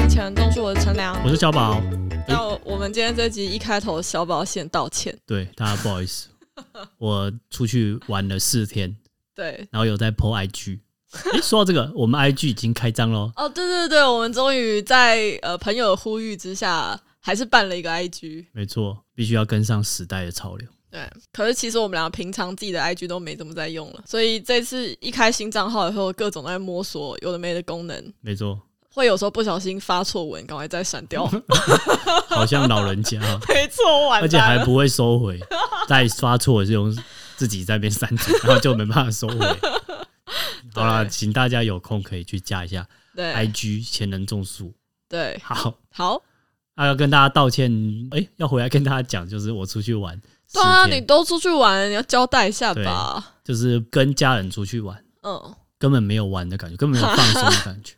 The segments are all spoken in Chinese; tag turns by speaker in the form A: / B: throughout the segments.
A: 我是陈良。
B: 我是小宝，
A: 那我我们今天这集一开头，小宝先道歉。
B: 对大家不好意思，我出去玩了四天，
A: 对，
B: 然后有在 PO IG。诶，说到这个，我们 IG 已经开张喽，
A: 哦，对对对，我们终于在呃朋友的呼吁之下，还是办了一个 IG。
B: 没错，必须要跟上时代的潮流。
A: 对，可是其实我们俩平常自己的 IG 都没怎么在用了，所以这次一开新账号以后，各种在摸索有的没的功能，
B: 没错，
A: 会有时候不小心发错文，赶快再删 掉。
B: 好像老人家 哦，
A: 没错，完
B: 而且
A: 蛋
B: 还
A: 了。
B: 不会收回，再发错是用自己在那边删除，然后就没办法收 回。好啦，
A: 对
B: 请大家有空可以去加一下
A: 对
B: IG 前人种树。
A: 对，
B: 好，
A: 好，
B: 啊，要跟大家道歉，诶，要回来跟大家讲，就是我出去玩四
A: 对啊，你
B: 天，
A: 都出去玩，你要交代一下
B: 对
A: 吧。
B: 就是跟家人出去玩，
A: 嗯，
B: 根本没有玩的感觉，根本没有放松 的感觉，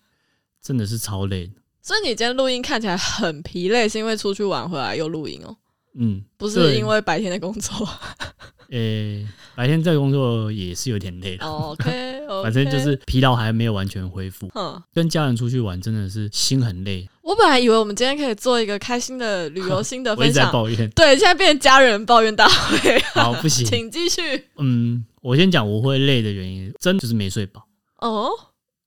B: 真的是超累的。
A: 所以你今天录音看起来很疲累，是因为出去玩回来又录音哦，
B: 嗯，
A: 不
B: 对
A: 是因为白天的工 作。
B: 诶、白天在工作也是有点累了，
A: 哦 OK，, o k
B: 反正就是，疲劳还没有完全恢复。
A: 哼，
B: 跟家人出去玩真的是心很累，
A: 我本来以为我们今天可以做一个开心的旅游心得
B: 我一
A: 分
B: 直在
A: 享，
B: 抱怨。
A: 对，现在变成家人抱怨大会，
B: 好， 不行，
A: 请继续。
B: 嗯，我先讲我会累的原因，真的就是没睡饱。
A: 哦，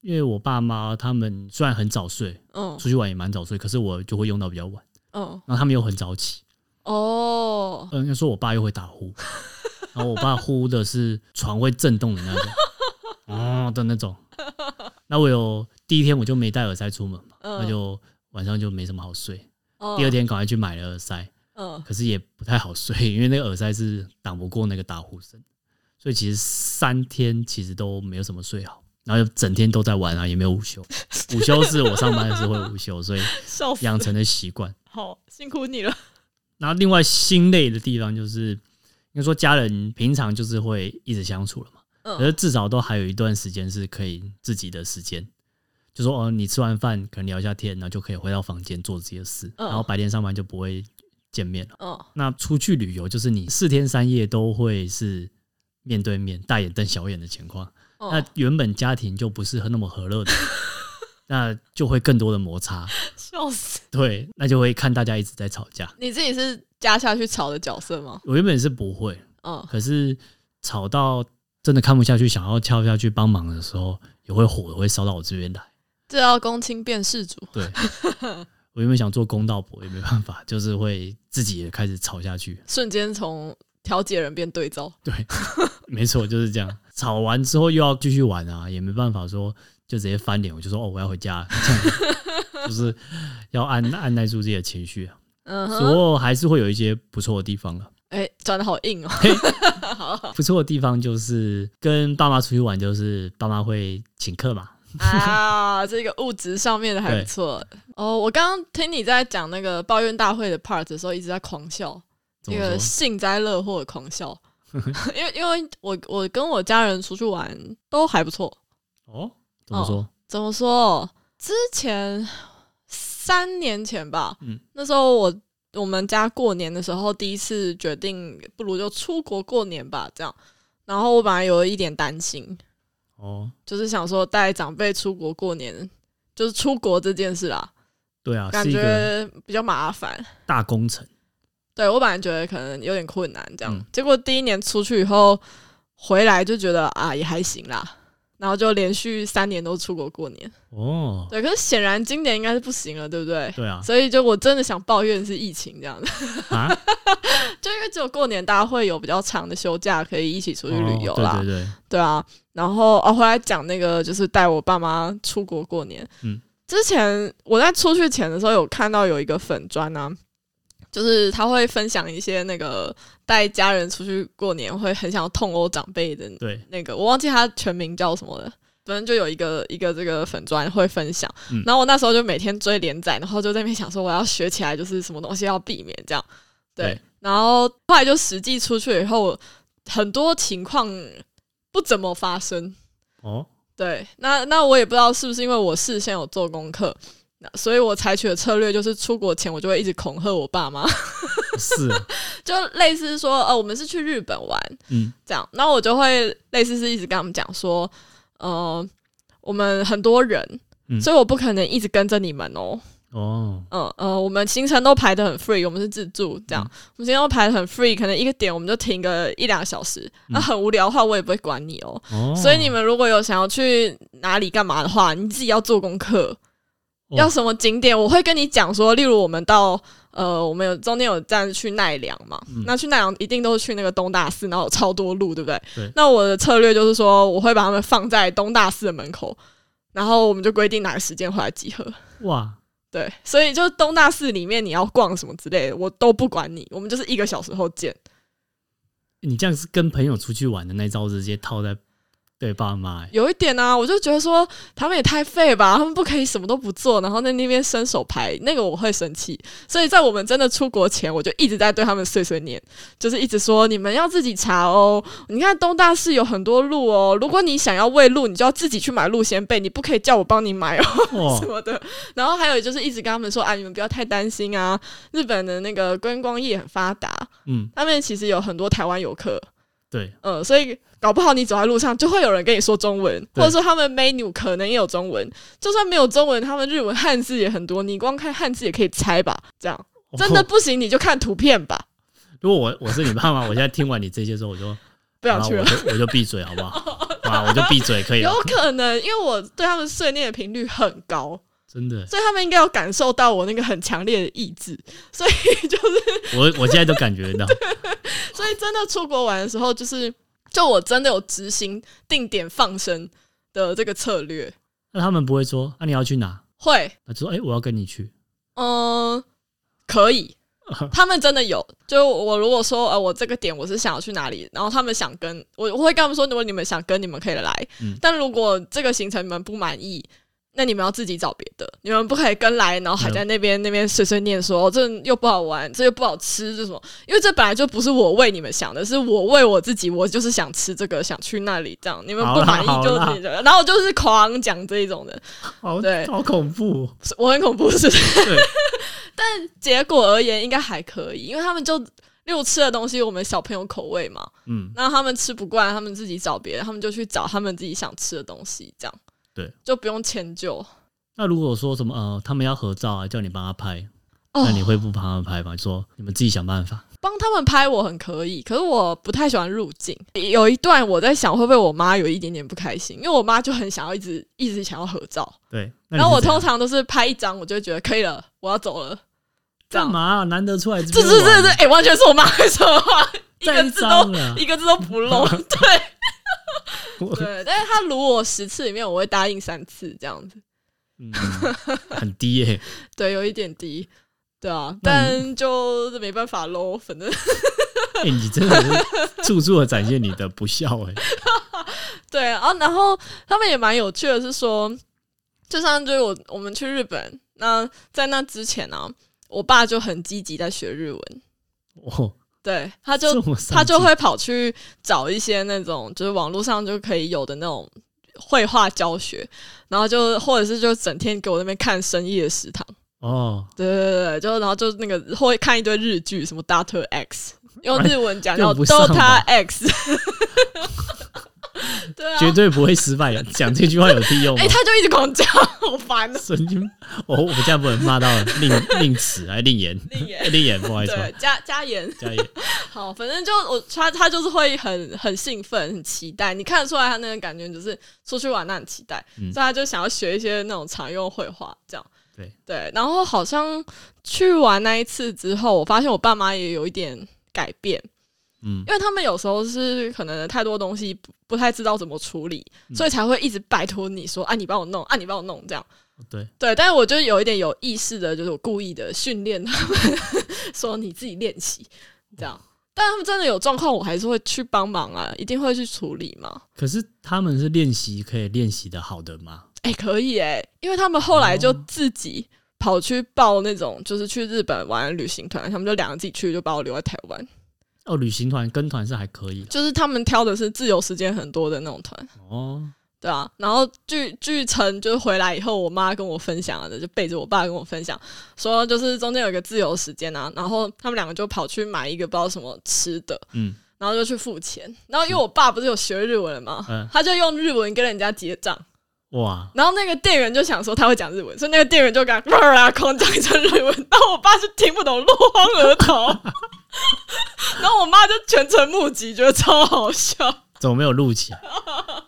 B: 因为我爸妈他们虽然很早睡，
A: 嗯，
B: 出去玩也蛮早睡，可是我就会用到比较晚，
A: 嗯，
B: 然后他们又很早起。
A: 哦，
B: 嗯，要说我爸又会打呼，然后我爸呼的是床会震动的那种，哦的那种。那我有第一天我就没戴耳塞出门嘛，
A: 嗯，
B: 那就晚上就没什么好睡。
A: 哦
B: 第二，天赶快去买了耳塞，
A: 嗯，
B: 可是也不太好睡，因为那个耳塞是挡不过那个打呼声，所以其实三天其实都没有什么睡好，然后就整天都在玩啊，也没有午休。午休是我上班的时候会午休，所以
A: 笑死，
B: 养成的习惯。
A: 好辛苦你了。
B: 然后另外心累的地方就是，应该说家人平常就是会一直相处了嘛，可是
A: 嗯，
B: 至少都还有一段时间是可以自己的时间。就说哦，你吃完饭可能聊一下天，然后就可以回到房间做自己的事，
A: 嗯
B: 然后白天上班就不会见面了。
A: 嗯，
B: 那出去旅游就是你四天三夜都会是面对面、大眼瞪小眼的情况，那
A: 嗯，
B: 原本家庭就不是那么 和乐的，那就会更多的摩擦，
A: 笑死，
B: 对，那就会看大家一直在吵架。
A: 你自己是加下去吵的角色吗？
B: 我原本是不会，
A: 嗯，
B: 可是吵到真的看不下去，想要跳下去帮忙的时候，也会火会烧到我这边来。
A: 这要公亲辨事主。
B: 对， 我原本想做公道婆，也没办法，就是会自己也开始吵下去。
A: 瞬间从调解人变对照。
B: 对， 没错，就是这样。吵完之后又要继续玩啊，也没办法说就直接翻脸，我就说哦，我要回家， 这样就是要按按耐住自己的情绪啊。
A: 嗯
B: 不
A: 哼，
B: 过还是会有一些不错的地方啊。
A: 哎，转的好硬哦。
B: 不错的地方就是跟爸妈出去玩，就是爸妈会请客嘛，
A: 啊，这个物质上面的还不 错。哦，我刚刚听你在讲那个抱怨大会的 part 的时候，一直在狂笑，
B: 怎
A: 那
B: 么
A: 个
B: 说？
A: 幸灾乐祸的狂 笑。因为因为我我跟我家人出去玩都还不错，
B: 哦，怎么说？
A: 怎么说？之前三年前吧，
B: 嗯
A: 那时候我我们家过年的时候，第一次决定不如就出国过年吧，这样。然后我本来有一点担心，
B: 哦，
A: 就是想说带长辈出国过年，就是出国这件事啦，
B: 对啊，
A: 感
B: 是一个
A: 觉比较麻烦。
B: 大工程，
A: 对我本来觉得可能有点困难，这样、
B: 嗯
A: 结果第一年出去以后回来就觉得啊也还行啦，然后就连续三年都出国过年。
B: 哦，
A: 对，可是显然今年应该是不行了，对不对？
B: 对啊，
A: 所以就我真的想抱怨是疫情这样的，
B: 啊，
A: 就因为只有过年大家会有比较长的休假可以一起出去旅游
B: 哦
A: 啦，
B: 对对对，
A: 对啊，然后哦，回来讲那个就是带我爸妈出国过年。
B: 嗯
A: 之前我在出去前的时候有看到有一个粉砖啊，就是他会分享一些那个带家人出去过年会很想要痛殴长辈的
B: 对，
A: 那个，我忘记他全名叫什么了。反正就有一个一个这个粉砖会分享，
B: 嗯
A: 然后我那时候就每天追连载，然后就在那边想说我要学起来，就是什么东西要避免这样。对，
B: 对
A: 然后后来就实际出去以后，很多情况不怎么发生。
B: 哦，
A: 对，那那我也不知道是不是因为我事先有做功课，那所以我采取的策略就是出国前我就会一直恐吓我爸妈，
B: 是啊，
A: 就类似说呃我们是去日本玩，
B: 嗯，
A: 这样，那我就会类似是一直跟他们讲说，呃，我们很多人，
B: 嗯
A: 所以我不可能一直跟着你们哦。
B: 哦，
A: 嗯呃，我们行程都排得很 free，我们是自助这样，我们今天都排得很 free，可能一个点我们就停个一两个小时，那、
B: 嗯
A: 很无聊的话我也不会管你哦。
B: 哦
A: 所以你们如果有想要去哪里干嘛的话，你自己要做功课，
B: 哦
A: 要什么景点，我会跟你讲说，例如我们到呃，我们有中间有站去奈良嘛，
B: 嗯
A: 那去奈良一定都是去那个东大寺，然后有超多路，对不对？
B: 对
A: 那我的策略就是说，我会把他们放在东大寺的门口，然后我们就规定哪个时间回来集合。
B: 哇，
A: 对，所以就是东大寺里面你要逛什么之类的，我都不管你，我们就是一个小时后见。
B: 你这样是跟朋友出去玩的那一招直接套在对爸妈、 欸，
A: 有一点啊，我就觉得说他们也太废吧，他们不可以什么都不做，然后在那边伸手牌，那个我会生气。所以在我们真的出国前，我就一直在对他们碎碎念，就是一直说你们要自己查哦。你看东大寺有很多路哦，如果你想要喂路，你就要自己去买路线费，你不可以叫我帮你买哦。什
B: 哦，
A: 么的。然后还有就是一直跟他们说啊，你们不要太担心啊，日本的那个观光业很发达，
B: 嗯，
A: 他们其实有很多台湾游客，
B: 对，
A: 呃，所以搞不好你走在路上就会有人跟你说中文，
B: 对
A: 或者说他们 menu 可能也有中文，就算没有中文，他们日文汉字也很多，你光看汉字也可以猜吧。这样真的
B: 哦
A: 不行，你就看图片吧，
B: 如果我我是你爸妈，我现在听完你这些之后， 我就
A: 不想
B: 好
A: 去
B: 啊我
A: 了。
B: 就我就闭嘴好 不好？啊，我就闭嘴可以
A: 有
B: 了，
A: 可能，因为我对他们碎念的频率很高，
B: 真的，
A: 所以他们应该有感受到我那个很强烈的意志，所以就是
B: 我我现在都 感觉到，
A: 所以真的出国玩的时候，就是就我真的有执行定点放生的这个策略，
B: 那他们不会说，啊那、你要去哪？
A: 会，
B: 他就说，哎、我要跟你去，
A: 嗯、可 以。他们真的有，就我如果说呃，我这个点我是想要去哪里，然后他们想跟我，我会跟他们说，如果你们想跟，你们可以来，
B: 嗯
A: 但如果这个行程你们不满意，那你们要自己找别的，你们不可以跟来，然后还在那边、
B: 嗯
A: 那边碎碎念说、哦、这又不好玩，这又不好吃，这什么？因为这本来就不是我为你们想的，是我为我自己，我就是想吃这个，想去那里，这样你们
B: 好
A: 不
B: 啦
A: 满意就
B: 好啦
A: 自己的，然后我就是狂讲这一种的，
B: 好
A: 对
B: 好恐怖哦、
A: 我很恐怖是不是？
B: 对
A: 但结果而言应该还可以，因为他们就例如吃的东西，我们小朋友口味嘛，
B: 嗯，
A: 那他们吃不惯，他们自己找别人，他们就去找他们自己想吃的东西，这样
B: 对，
A: 就不用迁就。哦
B: 那如果说什么呃，他们要合照啊，叫你帮他拍，
A: 哦
B: 那，你会不帮他们拍吗？说你们自己想办法。
A: 帮他们拍我很可以，可是我不太喜欢入镜。有一段我在想，会不会我妈有一点点不开心，因为我妈就很想要一直一直想要合照，
B: 对，那你
A: 然后
B: 是
A: 我
B: 怎
A: 通
B: 样
A: 常都是拍一张，我就会觉得可以了，我要走了。这样
B: 干嘛啊、难得出来这
A: 这
B: 边
A: 这这
B: 玩，
A: 这，哎、完全是我妈会说的话，一
B: 再
A: 个
B: 一
A: 字都
B: 张了
A: 一个字都不漏。 对
B: 我
A: 对，但是她撸我十次里面，我会答应三次这样子。
B: 嗯，很低耶、
A: 对，有一点低。对啊，
B: 那
A: 但就没办法喽，反正
B: 哎、你真的是处处的展现你的不孝哎、
A: 对啊，然后他们也蛮有趣的，是说，就像就是我我们去日本，那在那之前呢、我爸就很积极在学日文，
B: 哦，
A: 对， 他就
B: 这么上
A: 他就
B: 进
A: 会跑去找一些那种就是网络上就可以有的那种绘画教学，然后就或者是就整天给我那边看深夜食堂，
B: 哦，
A: 对对对对，就然后就那个会看一堆日剧，什么 Data X，用日文讲
B: 用
A: 叫
B: 不上吧
A: Dota X，对啊，
B: 绝对不会失败的。 讲这句话有屁用吗
A: 哎、？他就一直狂叫，好烦哦、
B: 神经！哦我我们现在不能骂到令令齿，哎，令言，
A: 令言
B: 哎 令言，不好意思，
A: 对，加加盐，
B: 加言。
A: 好，反正就我他他就是会很很兴奋，很期待，你看得出来他那个感觉就是出去玩那很期待，
B: 嗯
A: 所以他就想要学一些那种常用绘画这样。
B: 对
A: 对，然后好像去玩那一次之后，我发现我爸妈也有一点改变，
B: 嗯，
A: 因为他们有时候是可能太多东西不不太知道怎么处理，所以才会一直拜托你说啊，你帮我弄，啊，你帮我弄这样。
B: 哦对，
A: 对，但是我就是有一点有意识的，就是我故意的训练他们， 说你自己练习这样。但他们真的有状况，我还是会去帮忙啊，一定会去处理嘛。
B: 可是他们是练习可以练习的好的吗？
A: 哎、可以哎、因为他们后来就
B: 哦
A: 自己跑去报那种就是去日本玩的旅行团，他们就两个自己去，就把我留在台湾。
B: 哦，旅行团跟团是还可以啦
A: 就是他们挑的是自由时间很多的那种团，
B: 哦，
A: 对啊，然后据据称就是回来以后，我妈跟我分享的，就背着我爸跟我分享说，就是中间有一个自由时间啊，然后他们两个就跑去买一个不知道什么吃的，
B: 嗯，
A: 然后就去付钱，然后因为我爸不是有学日文嘛，
B: 嗯
A: 他就用日文跟人家结账，
B: 哇，
A: 然后那个店员就想说他会讲日文，所以那个店员就敢啦狂讲一阵日文，然后我爸就听不懂落荒而逃， 然后我妈就全程目击，觉得超好笑。
B: 怎么没有 录起来？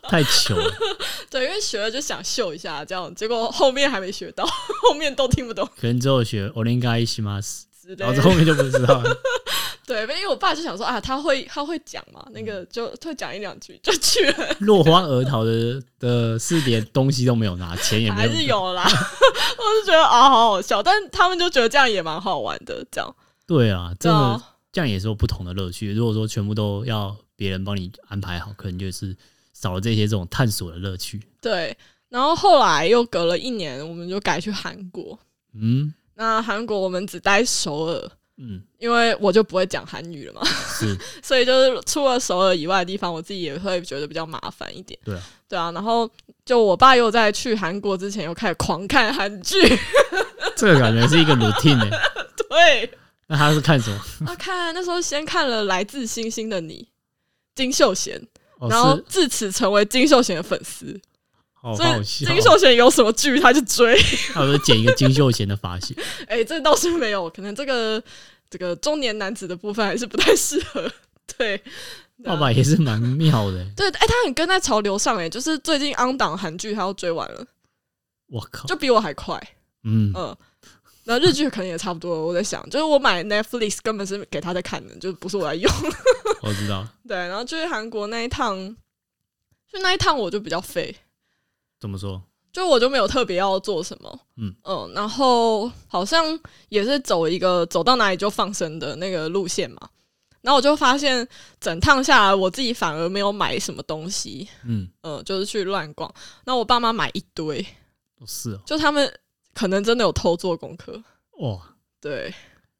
B: 太糗了！
A: 对，因为学了就想秀一下，这样结
B: 哦
A: 果后面还没学到， 后面都听不懂
B: 可能之后学 o l i n g a i s h i m a s
A: 之类
B: 然后哦后
A: 的。
B: 面就 不知道了。
A: 对，因为我爸就想说啊，他会他会讲嘛，那
B: 嗯
A: 个就会讲一两句就去了，
B: 落荒而逃的的是连东西都没有拿，钱也没
A: 还
B: 有
A: 是
B: 拿。
A: 有啦。 我就觉得啊，好好笑，但他们就觉得这样也蛮好玩的，这样
B: 对啊，
A: 对
B: 真
A: 啊
B: 的这样也是有不同的乐趣。如果说全部都要别人帮你安排好，可能就是少了这些这种探索的乐趣。
A: 对。然后后来又隔了一年，我们就改去韩国。
B: 嗯
A: 那韩国我们只待首尔，
B: 嗯，
A: 因为我就不会讲韩语了嘛，
B: 是
A: 所以就是除了首尔以外的地方，我自己也会觉得比较麻烦一点。
B: 对啊，
A: 对啊，然后就我爸又在去韩国之前又开始狂看韩剧，
B: 这个感觉是一个 routine 欸
A: 对，
B: 那他是看什么？
A: 他看那时候先看了《来自星星的你》。金秀贤，
B: 哦，
A: 然后
B: 是哦
A: 自此成为金秀贤的粉丝，
B: 好
A: 所以
B: 好笑
A: 金。秀贤有什么剧他就追。
B: 他说剪一个金秀贤的发型，
A: 哎、这倒是没有，可能这个这个中年男子的部分还是不太适合。对，啊
B: 爸爸也是蛮妙的欸。
A: 对，哎、他很跟在潮流上、哎，就是最近 on 档韩剧他要追完
B: 哦
A: 了，
B: 我靠，
A: 就比我还快，
B: 嗯，
A: 嗯。然后日剧可能也差不多，我在想，就是我买 Netflix 根本是给他在看的，就不是我在用。
B: 我知道
A: 对，然后就是韩国那一趟，就那一趟我就比较废，
B: 怎么说。
A: 就我就没有特别要做什么，
B: 嗯
A: 嗯，然后好像也是走一个走到哪里就放生的那个路线嘛。然后我就发现，整趟下来我自己反而没有买什么东西，
B: 嗯，
A: 嗯，就是去乱逛。那我爸妈买一堆，
B: 哦是哦，
A: 就他们可能真的有偷做功课，
B: 哇，
A: 对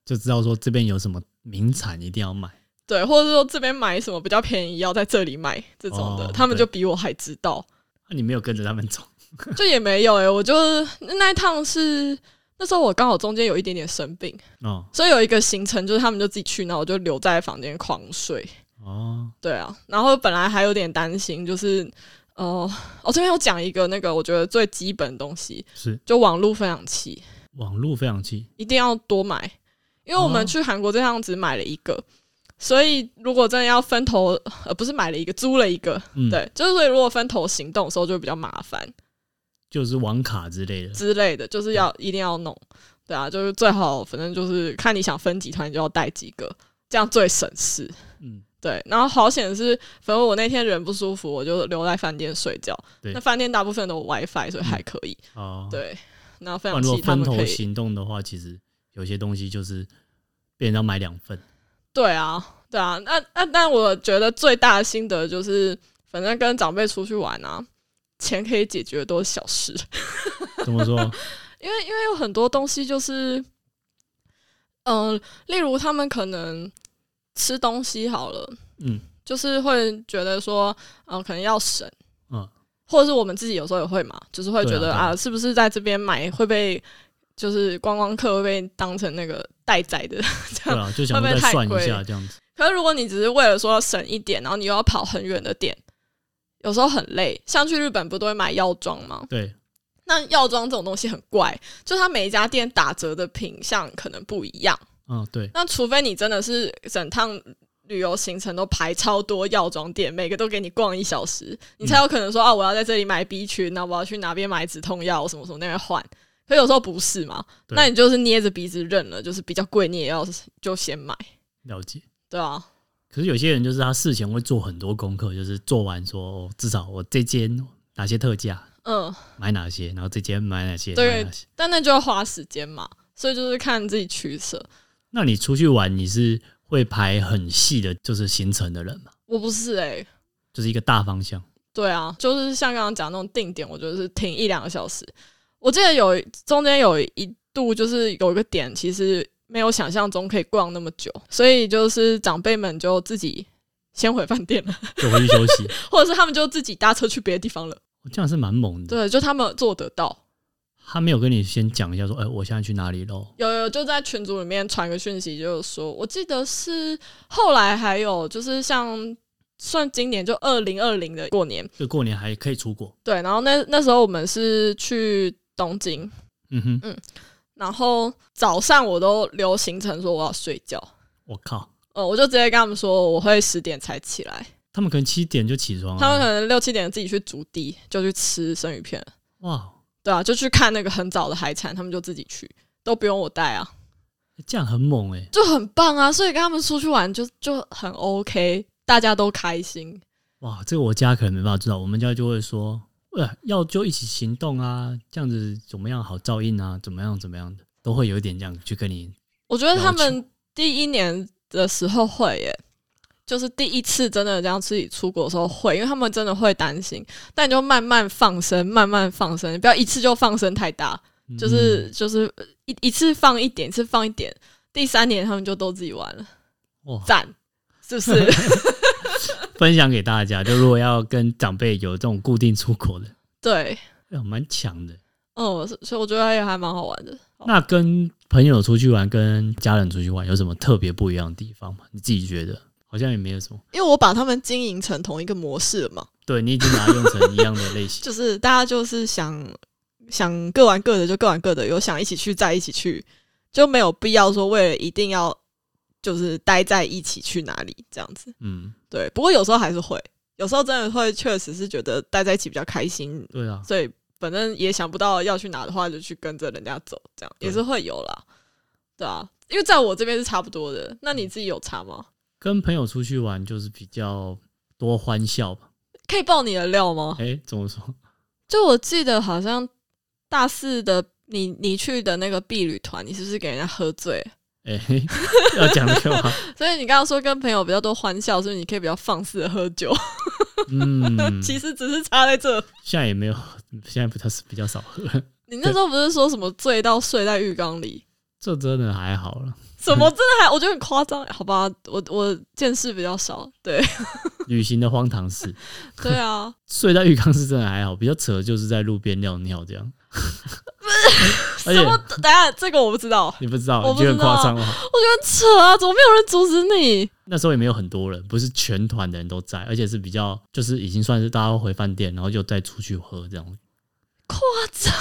B: 就知道说这边有什么名产一定要买。啊
A: 对，或者说这边买什么比较便宜，要在这里买这种的，
B: 哦
A: 他们
B: 对
A: 就比我还知道，
B: 啊你没有跟着他们走，
A: 就也没有诶、欸我就是那一趟是那时候我刚好中间有一点点生病，
B: 哦
A: 所以有一个行程就是他们就自己去，然后我就留在房间狂睡，
B: 哦，
A: 对啊，然后本来还有点担心，就是哦，我、这边有讲一个那个我觉得最基本的东西，
B: 是
A: 就网络分享器，
B: 网络非常器，
A: 一定要多买，因为我们
B: 哦
A: 去韩国这趟只买了一个，所以如果真的要分头，呃，不是买了一个，租了一个，
B: 嗯，，
A: 对，就是所以如果分头行动的时候就会比较麻烦
B: 就是网卡之类的，
A: 之类的，就是要一定要弄，对啊，就是最好反正就是看你想分几团，你就要带几个，这样最省事。
B: 嗯，
A: 对，然后好险是，反正我那天人不舒服，我就留在饭店睡觉。
B: 对
A: 那饭店大部分都有 WiFi，所以还可以。
B: 哦，，
A: 对，然后分
B: 不
A: 享
B: 然如果
A: 器他
B: 分
A: 们可
B: 头
A: 以。
B: 行动的话，其实有些东西就是被人家买两份，
A: 对啊，对啊。那那但我觉得最大的心得就是，反正跟长辈出去玩啊，钱可以解决的都是小事，
B: 怎么 说？
A: 因为因为有很多东西就是，嗯、例如他们可能吃东西好了，
B: 嗯，
A: 就是会觉得说，嗯、可能要省，
B: 嗯，
A: 或者是我们自己有时候也会嘛，就是会觉
B: 对
A: 得
B: 啊
A: 啊
B: 对啊
A: 是不是在这边买会被就是观光客会被当成那个待宰的？
B: 对啊，就想
A: 会不会
B: 说再
A: 太
B: 算
A: 贵
B: 一下这样子，
A: 可是如果你只是为了说省一点，然后你又要跑很远的店，有时候很累。像去日本不都会买药妆吗？
B: 对，
A: 那药妆这种东西很怪，就它每一家店打折的品相可能不一样。
B: 嗯，对，
A: 那除非你真的是整趟旅游行程都排超多药妆店，每个都给你逛一小时，你才有可能说、啊，我要在这里买 B 群，那我要去哪边买止痛药，什么什么那边换。可有时候不是嘛，
B: 对
A: 那你就是捏着鼻子认了，就是比较贵，你也要就先买，
B: 了解。
A: 对啊，
B: 可是有些人就是他事前会做很多功课，就是做完说，哦、至少我这间哪些特价
A: 嗯，
B: 买哪些，然后这间买哪些
A: 对
B: 买哪些。
A: 但那就要花时间嘛，所以就是看自己取舍。
B: 那你出去玩，你是会排很细的，就是行程的人嘛，
A: 我不是诶、
B: 就是一个大方向。
A: 对啊，就是像刚刚讲那种定点，我就是停一两个小时。我记得有中间有一度就是有一个点，其实没有想象中可以逛那么久，所以就是长辈们就自己先回饭店了，
B: 就回去休息，
A: 或者是他们就自己搭车去别的地方了。
B: 我这样是蛮猛的。
A: 对，就他们做得到。
B: 他没有跟你先讲一下说，哎、我现在去哪里喽？
A: 有有就在群组里面传个讯息，就是说，我记得是后来还有就是像算今年就二零二零的过年，
B: 就过年还可以出国。
A: 对，然后那那时候我们是去东京，
B: 嗯哼，
A: 然后早上我都留行程说我要睡觉，
B: 我靠，
A: 呃，我就直接跟他们说我会十点才起来，
B: 他们可能七点就起床啊
A: 他们可
B: 了，
A: 能六七点自己去竹地就去吃生鱼片，
B: 哇，
A: 对啊，就去看那个很早的海产，他们就自己去，都不用我带啊，
B: 这样很猛哎、
A: 就很棒啊，所以跟他们出去玩就就很 OK，大家都开心，
B: 哇，这个我家可能没办法知道，我们家就会说，呃，要就一起行动啊，这样子怎么样好照应啊，怎么样怎么样的，都会有一点这样去跟你，
A: 我觉得他
B: 了
A: 们第一年的时候会耶，就是第一次真的这样自己出国的时候会，因为他们真的会担心，但你就慢慢放生，慢慢放生，不要一次就放生太大，
B: 嗯
A: 就是、就是一一次放一点，一次放一点，第三年他们就都自己玩了，
B: 嗯、哇，
A: 赞，是不是？
B: 分享给大家，就如果要跟长辈有这种固定出国的，
A: 对，
B: 哎呦蛮强的。
A: 嗯，所所以我觉得也还蛮好玩的。
B: 那跟朋友出去玩，跟家人出去玩有什么特别不一样的地方吗？你自己觉得？好像也没有什么。
A: 因为我把他们经营成同一个模式了嘛，
B: 对你已经把它用成一样的类 型，
A: 就是大家就是想想各玩各的就各玩各的，有想一起去再一起去，就没有必要说为了一定要就是待在一起去哪里这样子。
B: 嗯，
A: 对，不过有时候还是会，有时候真的会确实是觉得待在一起比较开心，
B: 对啊，
A: 所以反正也想不到要去哪的话，就去跟着人家走，这样
B: 对
A: 也是会有啦。对啊，因为在我这边是差不多的，那你自己有差吗？
B: 跟朋友出去玩就是比较多欢笑吧。
A: 可以爆你的料吗？
B: 哎、怎么说？
A: 就我记得好像大四的你你去的那个婢旅团，你是不是给人家喝醉？
B: 哎、 嘿要讲这个吗？
A: 所以你刚刚说跟朋友比较多欢笑，是不是你可以比较放肆的喝酒？
B: 嗯，
A: 其实只是差在这。
B: 现在也没有，现在不太是比较少喝，
A: 你那时候不是说什么醉到睡在浴缸里？
B: 这真的还好了。
A: 什么真的还我觉得很夸张，好吧？我我见识比较少， 对
B: 旅行的荒唐事，
A: 对啊，
B: 睡在浴缸是真的还好，比较扯的就是在路边尿尿这样。而
A: 什
B: 且
A: 么？等一下这个我不知道，
B: 你不知道，
A: 我
B: 你
A: 不知
B: 觉
A: 道
B: 得很夸张吗？
A: 我觉得很扯啊，怎么没有人阻止你？
B: 那时候也没有很多人，不是全团的人都在，而且是比较就是已经算是大家回饭店，然后就再出去喝这样。
A: 夸张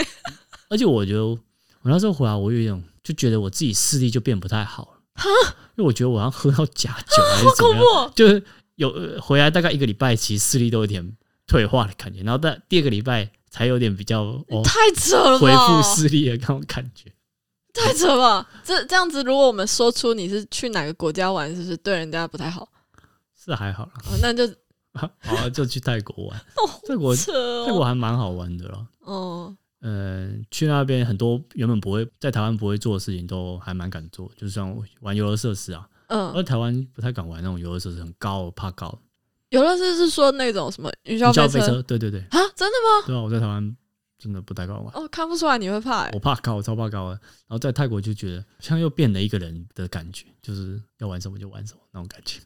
A: 欸
B: 而且我觉得我那时候回来，我有一种就觉得我自己视力就变不太好了，因为我觉得我好像喝到假酒 还是怎么
A: 恐
B: 样
A: 怖，哦！
B: 就是有呃回来大概一个礼拜，其实视力都有点退化的感觉，然后但第二个礼拜才有点比较哦
A: 太扯了吧！
B: 恢复视力的那种感觉。
A: 太扯了！这这样子，如果我们说出你是去哪个国家玩，是不是对人家不太好？
B: 是还好啦，
A: 哦、那就
B: 好啊，就去泰国玩，
A: 哦，
B: 泰国
A: 扯
B: 泰
A: 哦。
B: 国还蛮好玩的啦。
A: 哦，
B: 呃，去那边很多原本不会在台湾不会做的事情，都还蛮敢做，就像玩游乐设施啊。而
A: 嗯，
B: 台湾不太敢玩那种游乐设施，很高，我怕高。
A: 游乐设是说那种什么云霄
B: 叫
A: 飞
B: 飞车，对对对，
A: 啊？真的吗？
B: 对啊，我在台湾真的不太敢玩，
A: 哦，看不出来你会怕、欸
B: 我。怕高，我超怕高的。然后在泰国就觉得像又变了一个人的感觉，就是要玩什么就玩什么那种感觉。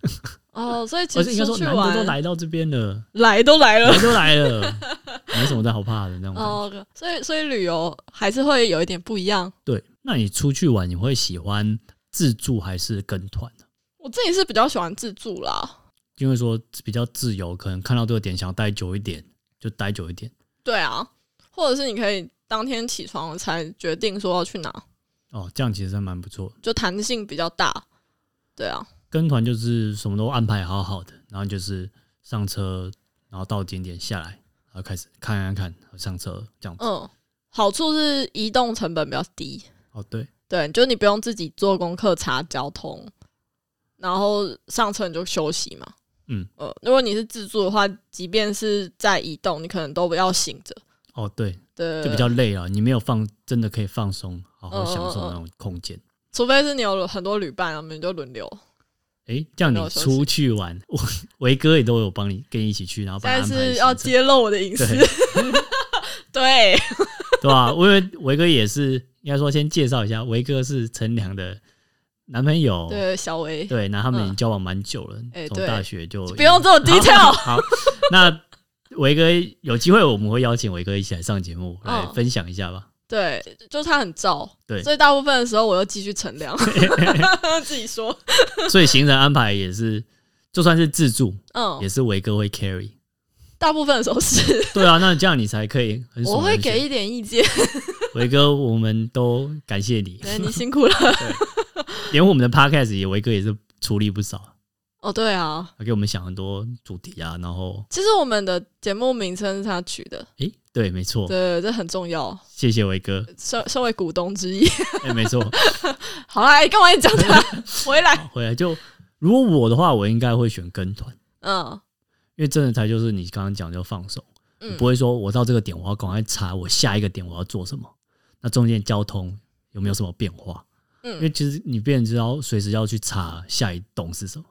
A: 哦，所以其
B: 而且
A: 实
B: 应该
A: 出
B: 说，
A: 去
B: 难得都
A: 玩
B: 来到这边了，
A: 来都来了
B: 来都来 了，没什么太好怕的那种感觉。
A: 哦，所以所以旅游还是会有一点不一样。
B: 对，那你出去玩，你会喜欢自助还是跟团呢？
A: 我自己是比较喜欢自助啦，
B: 因为说比较自由，可能看到这个点想待久一点就待久一点。
A: 对啊，或者是你可以当天起床才决定说要去哪，
B: 哦，这样其实还蛮不错的。
A: 就弹性比较大。对啊，
B: 跟团就是什么都安排好好的，然后就是上车，然后到景点下来，然后开始看看看，然后上车这样子。
A: 嗯，好处是移动成本比较低，
B: 哦，对，
A: 对，就你不用自己做功课查交通，然后上车你就休息嘛。
B: 嗯，
A: 呃，如果你是自助的话，即便是在移动，你可能都不要醒着，
B: 哦对，
A: 对，
B: 就比较累了，你没有放，真的可以放松，好好
A: 呃嗯
B: 享受
A: 嗯嗯
B: 那种空间。
A: 除非是你有很多旅伴，我们就轮流。
B: 诶，这样
A: 没有
B: 你
A: 休息
B: 出去玩，我 维哥也都有帮你跟你一起去，然后帮
A: 但
B: 你安排
A: 是要
B: 行程
A: 揭露我的隐私，
B: 对
A: 对，
B: 对吧、因为维哥也是应该说先介绍一下，维哥是陈良的男朋友，
A: 对，小薇，
B: 哦对，那他们已经
A: 嗯
B: 交往蛮久了，
A: 哎
B: 从、
A: 对
B: 大学就
A: 不用这么
B: 好
A: detail。
B: 好，那维哥有机会我们会邀请维哥一起来上节目，
A: 嗯
B: 来分享一下吧。
A: 对，就是他很燥，
B: 对
A: 所以大部分 的时候我又继续乘凉，自己说，
B: 所以行程安排也是就算是自助，
A: 嗯，
B: 也是维哥会 carry。
A: 大部分的时候是，
B: 对啊，那这样你才可以很爽。
A: 我会给一点意见，
B: 维哥，我们都感谢你，
A: 对你辛苦了。
B: 连我们的 podcast 也维哥也是出力不少，
A: 哦，对啊，
B: 他给我们想很多主题啊，然后
A: 其实我们的节目名称是他取的，
B: 诶、对，没错，
A: 对，这很重要。
B: 谢谢维哥，
A: 身身为股东之一，
B: 哎、没错，
A: 好啦，哎干嘛你讲 他回来？
B: 好回来就如果我的话，我应该会选跟团，
A: 嗯
B: 因为真的才就是你刚刚讲就放手，
A: 嗯
B: 不，会说我到这个点我要赶快查我下一个点我要做什么，那中间交通有没有什么变化？因为
A: 嗯，
B: 其实你变成知道随时要去查下一栋是什么，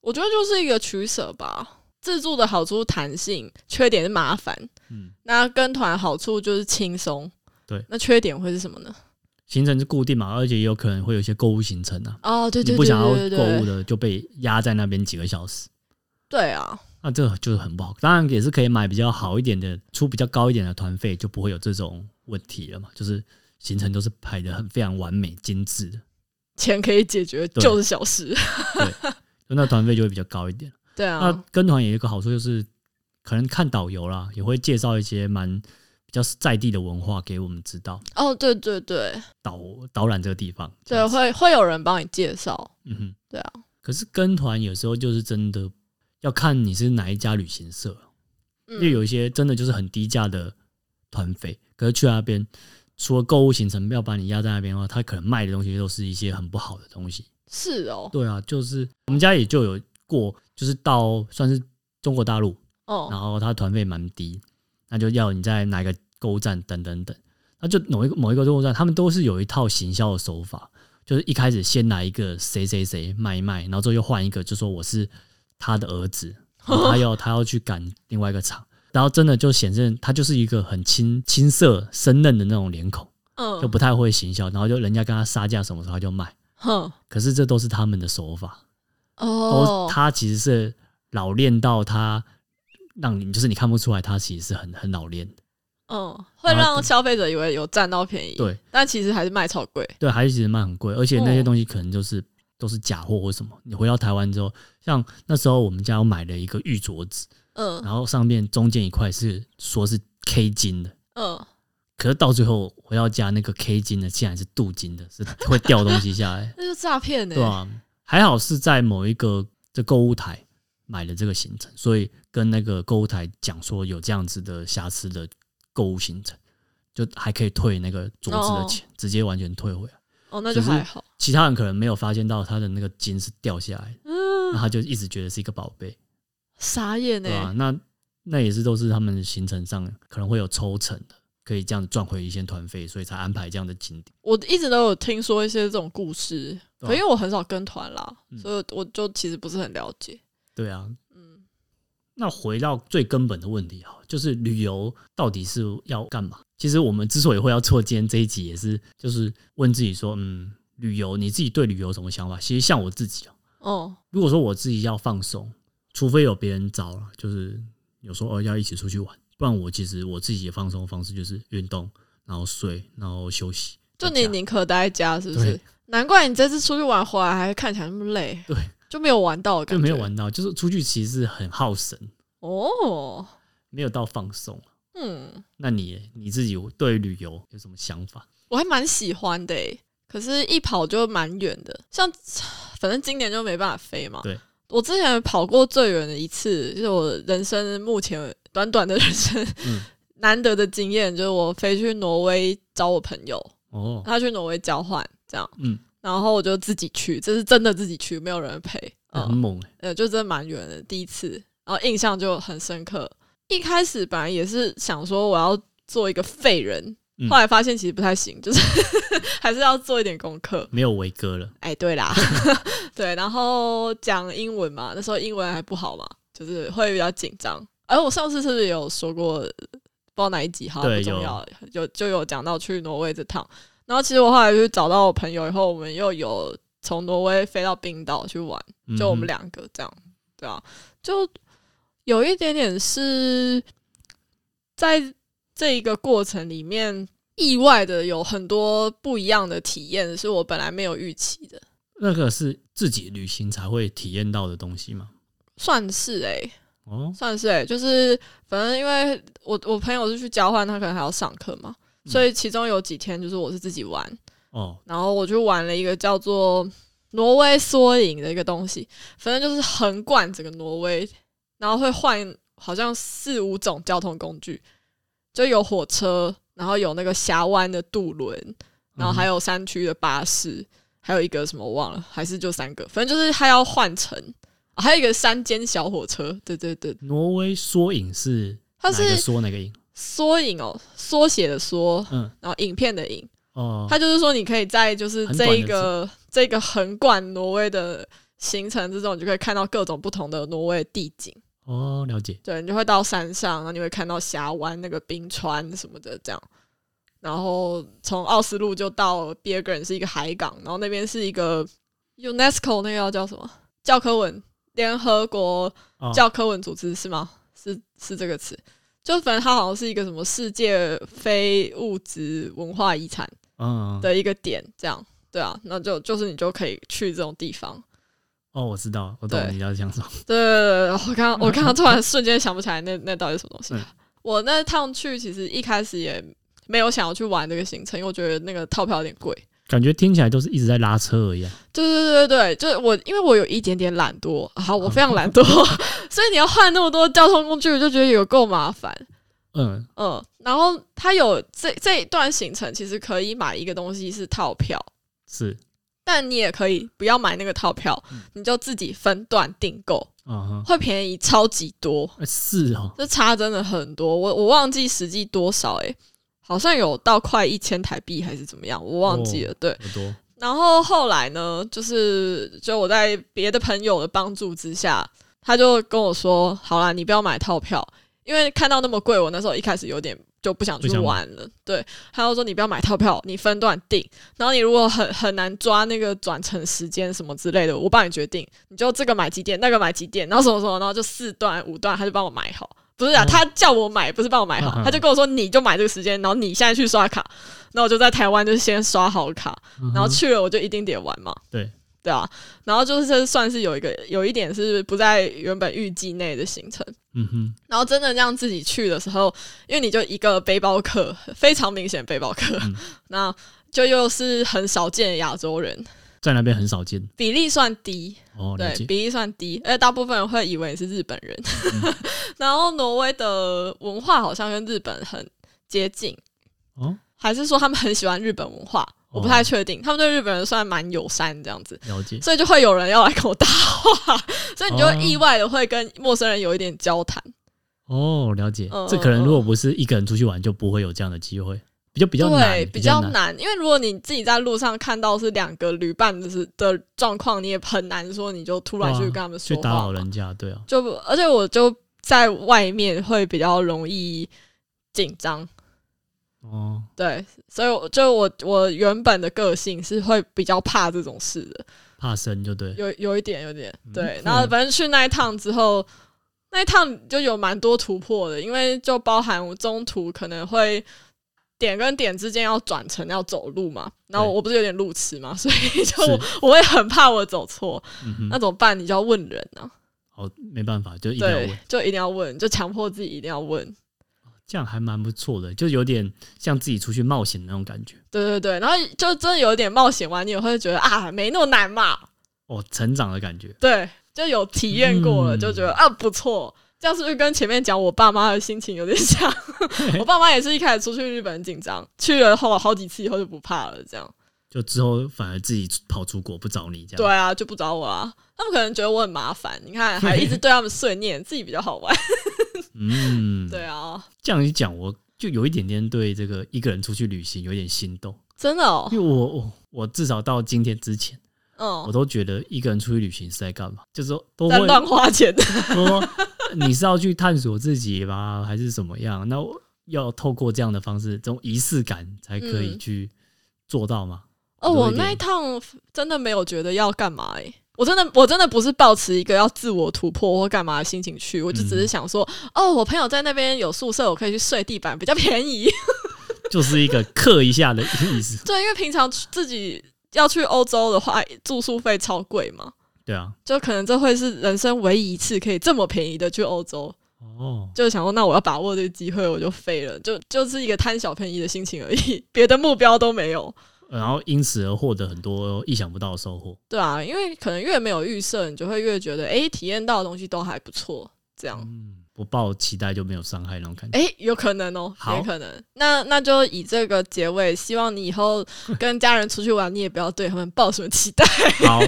A: 我觉得就是一个取舍吧。自助的好处弹性，缺点是麻烦。
B: 嗯，
A: 那跟团好处就是轻松，
B: 对。
A: 那缺点会是什么呢？
B: 行程是固定嘛，而且也有可能会有一些购物行程啊，
A: 哦，对
B: 你
A: 对
B: 不
A: 对
B: 想要
A: 对对
B: 购物
A: 对，
B: 的就被压在那边几个小时，
A: 对啊，
B: 那这个就是很不好。当然也是可以买比较好一点的，出比较高一点的团费，就不会有这种问题了嘛。就是行程都是排的很非常完美精致的，
A: 钱可以解决
B: 对
A: 就是小时。
B: 就那团费就会比较高一点。
A: 对
B: 那
A: 啊，
B: 跟团也有一个好处就是，可能看导游啦，也会介绍一些蛮比较在地的文化给我们知道，
A: 哦，对对对
B: 导导览这个地方。这
A: 对，
B: 样子，
A: 会会有人帮你介绍。
B: 嗯哼，
A: 对啊。
B: 可是跟团有时候就是真的要看你是哪一家旅行社，因
A: 嗯，
B: 为有一些真的就是很低价的团费，可是去那边除了购物行程要把你压在那边的话，他可能卖的东西都是一些很不好的东西。
A: 是哦，
B: 对啊，就是我们家也就有过，就是到算是中国大陆，然
A: 哦，
B: 后他团费蛮低，那就要你在哪个购物站等等等，那就某一个某一个购物站，他们都是有一套行销的手法，就是一开始先来一个谁谁谁卖一卖，然后之后又换一个，就说我是他的儿子，然后他要他要去赶另外一个场，然后真的就显现他就是一个很青青涩生嫩的那种脸孔，
A: 嗯，
B: 就不太会行销，然后就人家跟他杀价什么时候他就卖，
A: 哼
B: 可是这都是他们的手法，都
A: 哦，
B: 他其实是老练到他让你就是你看不出来，他其实是很很老练的。
A: 嗯，会
B: 然后
A: 让消费者以为有占到便宜，
B: 对，
A: 但其实还是卖超贵。
B: 对，还是其实卖很贵，而且那些
A: 哦
B: 东西可能就是、都是假货或什么。你回到台湾之后，像那时候我们家有买了一个玉镯子，
A: 嗯
B: 然后上面中间一块是说是 K 金的。
A: 嗯，，
B: 可是到最后回到家，那个 K 金的竟然是镀金的，是会掉东西下来
A: 那就诈骗欸呢
B: 对。啊？还好是在某一个这购物台买了这个行程，所以跟那个购物台讲说有这样子的瑕疵的购物行程，就还可以退那个镯子的钱，直接完全退回来。
A: 哦，那就
B: 只是
A: 还好。
B: 其他人可能没有发现到他的那个金是掉下来的，那
A: 嗯，
B: 他就一直觉得是一个宝贝，
A: 傻眼
B: 啊
A: 欸
B: 对吧、啊
A: 呢。
B: 那那也是都是他们行程上可能会有抽成的，可以这样赚回一些团费，所以才安排这样的景点。
A: 我一直都有听说一些这种故事，
B: 对啊
A: 可因为我很少跟团啦，
B: 嗯
A: 所以我就其实不是很了解。
B: 对啊，
A: 嗯
B: 那回到最根本的问题哈，就是旅游到底是要干嘛？其实我们之所以会要做今天这一集，也是就是问自己说，嗯，旅游你自己对旅游有什么想法？其实像我自己哦，
A: 哦
B: 如果说我自己要放松，除非有别人找了，就是有时候哦要一起出去玩，不然我其实我自己的放松方式就是运动，然后睡，然后休息。
A: 就
B: 在
A: 你
B: 家
A: 宁可待在家，是不是
B: 对？
A: 难怪你这次出去玩回来还看起来那么累，
B: 对，
A: 就没有玩到的感
B: 就
A: 觉，
B: 没有玩到，就是出去其实是很耗神，
A: 哦，
B: 没有到放松。
A: 嗯，
B: 那你你自己对旅游有什么想法？
A: 我还蛮喜欢的诶，可是一跑就蛮远的，像 反正今年就没办法飞嘛。
B: 对，
A: 我之前跑过最远的一次，就是我人生目前短短的人生、
B: 嗯
A: 难得的经验，就是我飞去挪威找我朋友，
B: 哦，
A: 他去挪威交换这样，
B: 嗯，
A: 然后我就自己去，这是真的自己去，没有人陪，嗯
B: 很猛哎、
A: 呃，就真的蛮远的，第一次，然后印象就很深刻。一开始本来也是想说我要做一个废人，
B: 嗯
A: 后来发现其实不太行，就是 还是要做一点功课。
B: 没有维哥了，
A: 哎，对啦， 对，然后讲英文嘛，那时候英文还不好嘛，就是会比较紧张。而、我上次是不是也有说过，不知道哪一集，好像
B: 对
A: 不重要，有就有讲到去挪威这趟。然后其实我后来去找到我朋友以后，我们又有从挪威飞到冰岛去玩。
B: 嗯
A: 就我们两个这样，对啊，就有一点点是在这一个过程里面意外的有很多不一样的体验，是我本来没有预期的。
B: 那个是自己旅行才会体验到的东西嘛。
A: 算是诶、
B: 哦，
A: 算是诶、欸就是反正因为我我朋友是去交换，他可能还要上课嘛，所以其中有几天就是我是自己玩，
B: 哦，
A: 然后我就玩了一个叫做挪威缩影的一个东西，反正就是横贯整个挪威，然后会换好像四五种交通工具，就有火车，然后有那个峡湾的渡轮，然后还有山区的巴士，还有一个什么我忘了，还是就三个，反正就是它要换乘。啊还有一个山间小火车，对对对，
B: 挪威缩影是
A: 它
B: 哪个
A: 是
B: 缩哪个影？
A: 缩影哦，缩写的缩，
B: 嗯，
A: 然后影片的影，
B: 哦，
A: 他就是说，你可以在就是
B: 很短
A: 这
B: 的
A: 一个这个横贯挪威的行程之中，你就可以看到各种不同的挪威地景。
B: 哦，了解。
A: 对，你就会到山上，然后你会看到峡湾那个冰川什么的，这样。然后从奥斯陆就到比尔格人是一个海港，然后那边是一个 UNESCO 那个要叫什么教科文联合国
B: 哦，
A: 教科文组织是吗？是是这个词，就反正它好像是一个什么世界非物质文化遗产。
B: 嗯，嗯，
A: 的一个点，这样对啊，那就就是你就可以去这种地方。
B: 哦，我知道，我懂
A: 对
B: 你要讲什么。
A: 对对对对，我刚我刚刚突然瞬间想不起来那那到底是什么东西
B: 嗯。
A: 我那趟去其实一开始也没有想要去玩这个行程，因为我觉得那个套票有点贵。
B: 感觉听起来都是一直在拉车而已啊。
A: 对对对对对，就是我，因为我有一点点懒惰，好，我非常懒惰，所以你要换那么多交通工具，我就觉得有够麻烦。
B: 嗯，
A: 嗯，然后它有这这一段行程，其实可以买一个东西是套票，
B: 是，
A: 但你也可以不要买那个套票，你就自己分段订购，
B: 嗯哼，
A: 会便宜超级多，
B: 呃是哦，
A: 这差真的很多。我我忘记实际多少诶、好像有到快一千台币还是怎么样，我忘记了。对，
B: 好多。
A: 然后后来呢，就是就我在别的朋友的帮助之下，他就跟我说：“好啦，你不要买套票，因为看到那么贵，我那时候一开始有点就不想去
B: 不想买
A: 玩了。”对，他就说：“你不要买套票，你分段订，然后你如果很很难抓那个转乘时间什么之类的，我帮你决定，你就这个买几点，那个买几点，然后什么什么，然后就四段五段，他就帮我买好。”不是啊，
B: 哦
A: 他叫我买，不是帮我买好，
B: 嗯嗯嗯
A: 他就跟我说你就买这个时间，然后你现在去刷卡，那我就在台湾就先刷好卡，
B: 嗯哼
A: 然后去了我就一定得玩嘛，
B: 对，
A: 对啊，然后就是这算是有一个有一点是不在原本预计内的行程，
B: 嗯哼，
A: 然后真的让自己去的时候，因为你就一个背包客，非常明显背包客，
B: 嗯
A: 那就又是很少见的亚洲人，
B: 在那边很少见。
A: 比例算低，
B: 哦，了
A: 对，
B: 解。
A: 比例算低，而且大部分人会以为你是日本人，
B: 嗯
A: 然后挪威的文化好像跟日本很接近，
B: 哦，
A: 还是说他们很喜欢日本文化？我不太确定，他们对日本人算蛮友善这样子，
B: 了解。
A: 所以就会有人要来跟我搭话，所以你就会意外的会跟陌生人有一点交谈，
B: 哦，了解
A: 嗯。
B: 这可能如果不是一个人出去玩，就不会有这样的机会，比较比较
A: 对，
B: 难，
A: 比
B: 较
A: 较。难，因为如果你自己在路上看到是两个旅伴的是的状况，你也很难说你就突然去
B: 哇
A: 跟他们
B: 啊去
A: 说
B: 打
A: 话
B: 扰
A: 嘛，
B: 人家，对啊，
A: 就而且我就在外面会比较容易紧张，
B: 哦，
A: 对，所以我就我我原本的个性是会比较怕这种事的，
B: 怕生就对，
A: 有有一点，有点
B: 嗯
A: 对
B: 嗯。
A: 然后反正去那一趟之后，那一趟就有蛮多突破的，因为就包含我中途可能会点跟点之间要转乘，要走路嘛。然后
B: 对
A: 我不是有点路痴嘛，所以就是我会很怕我走错，
B: 嗯哼
A: 那，怎么办？你就要问人啊，
B: 好，没办法，就一定要
A: 对
B: 问，，
A: 就一定要问，就强迫自己一定要问。
B: 这样还蛮不错的，就有点像自己出去冒险的那种感觉。
A: 对对对，然后就真的有点冒险完，你也会觉得啊，没那么难嘛。
B: 哦，成长的感觉，
A: 对，就有体验过了，
B: 嗯
A: 就觉得啊不错。这样是不是跟前面讲我爸妈的心情有点像？我爸妈也是一开始出去日本很紧张，去了后好几次以后就不怕了，这样。
B: 就之后反而自己跑出国不找你这样。
A: 对啊，就不找我啊。他们可能觉得我很麻烦，你看还一直对他们碎念，自己比较好玩。
B: 嗯，
A: 对啊，
B: 这样一讲，我就有一点点对这个一个人出去旅行有点心动，
A: 真的哦
B: 因，为我我我至少到今天之前，我
A: 嗯，
B: 都觉得一个人出去旅行是在干嘛，就是说都
A: 在
B: 会
A: 乱花钱。
B: 说你是要去探索自己吧，还是怎么样？那我要透过这样的方式，这种仪式感才可以
A: 嗯
B: 去做到吗？
A: 哦，
B: 多
A: 我
B: 一点
A: 那一趟真的没有觉得要干嘛诶、欸我真的我真的不是抱持一个要自我突破或干嘛的心情去，我就只是想说，
B: 嗯
A: 哦，我朋友在那边有宿舍，我可以去睡地板，比较便宜。 。
B: 就是一个刻一下的意思
A: 对，因为平常自己要去欧洲的话，住宿费超贵嘛，
B: 对啊，
A: 就可能这会是人生唯一一次可以这么便宜的去欧洲，
B: 哦，
A: 就想说那我要把握这个机会，我就飞了，就就是一个贪小便宜的心情而已， 别的目标都没有，
B: 然后因此而获得很多意想不到的收获。
A: 对啊，因为可能越没有预设，你就会越觉得诶，体验到的东西都还不错，这样。
B: 嗯，不抱期待就没有伤害那种感觉。
A: 诶，有可能哦、
B: 好
A: 有可能。那那就以这个结尾，希望你以后跟家人出去玩，你也不要对他们抱什么期待，
B: 好，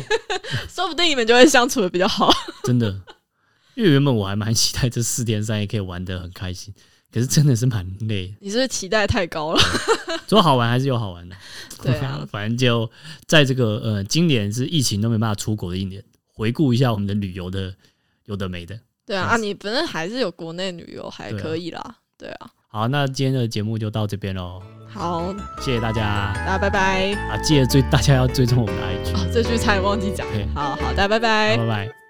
A: 说不定你们就会相处的比较好。
B: 真的，因为原本我还蛮期待这四天三夜可以玩得很开心，可是真的是蛮累的。
A: 你是不是期待太高了？
B: 除了好玩还是有好玩的。
A: 对啊
B: 反正就在这个呃，今年是疫情都没办法出国的一年，回顾一下我们的旅游的有的没的。
A: 对啊，
B: 还
A: 啊
B: 是
A: 你反正还是有国内旅游，还
B: 对啊
A: 可以啦。对啊，
B: 好，那今天的节目就到这边喽，
A: 好，
B: 谢谢大家
A: 大家拜拜。
B: 啊！记得追大家要追踪我们的 IG，
A: 哦，这句差点忘记讲
B: 对。
A: 好好，大家拜拜
B: 好。拜拜。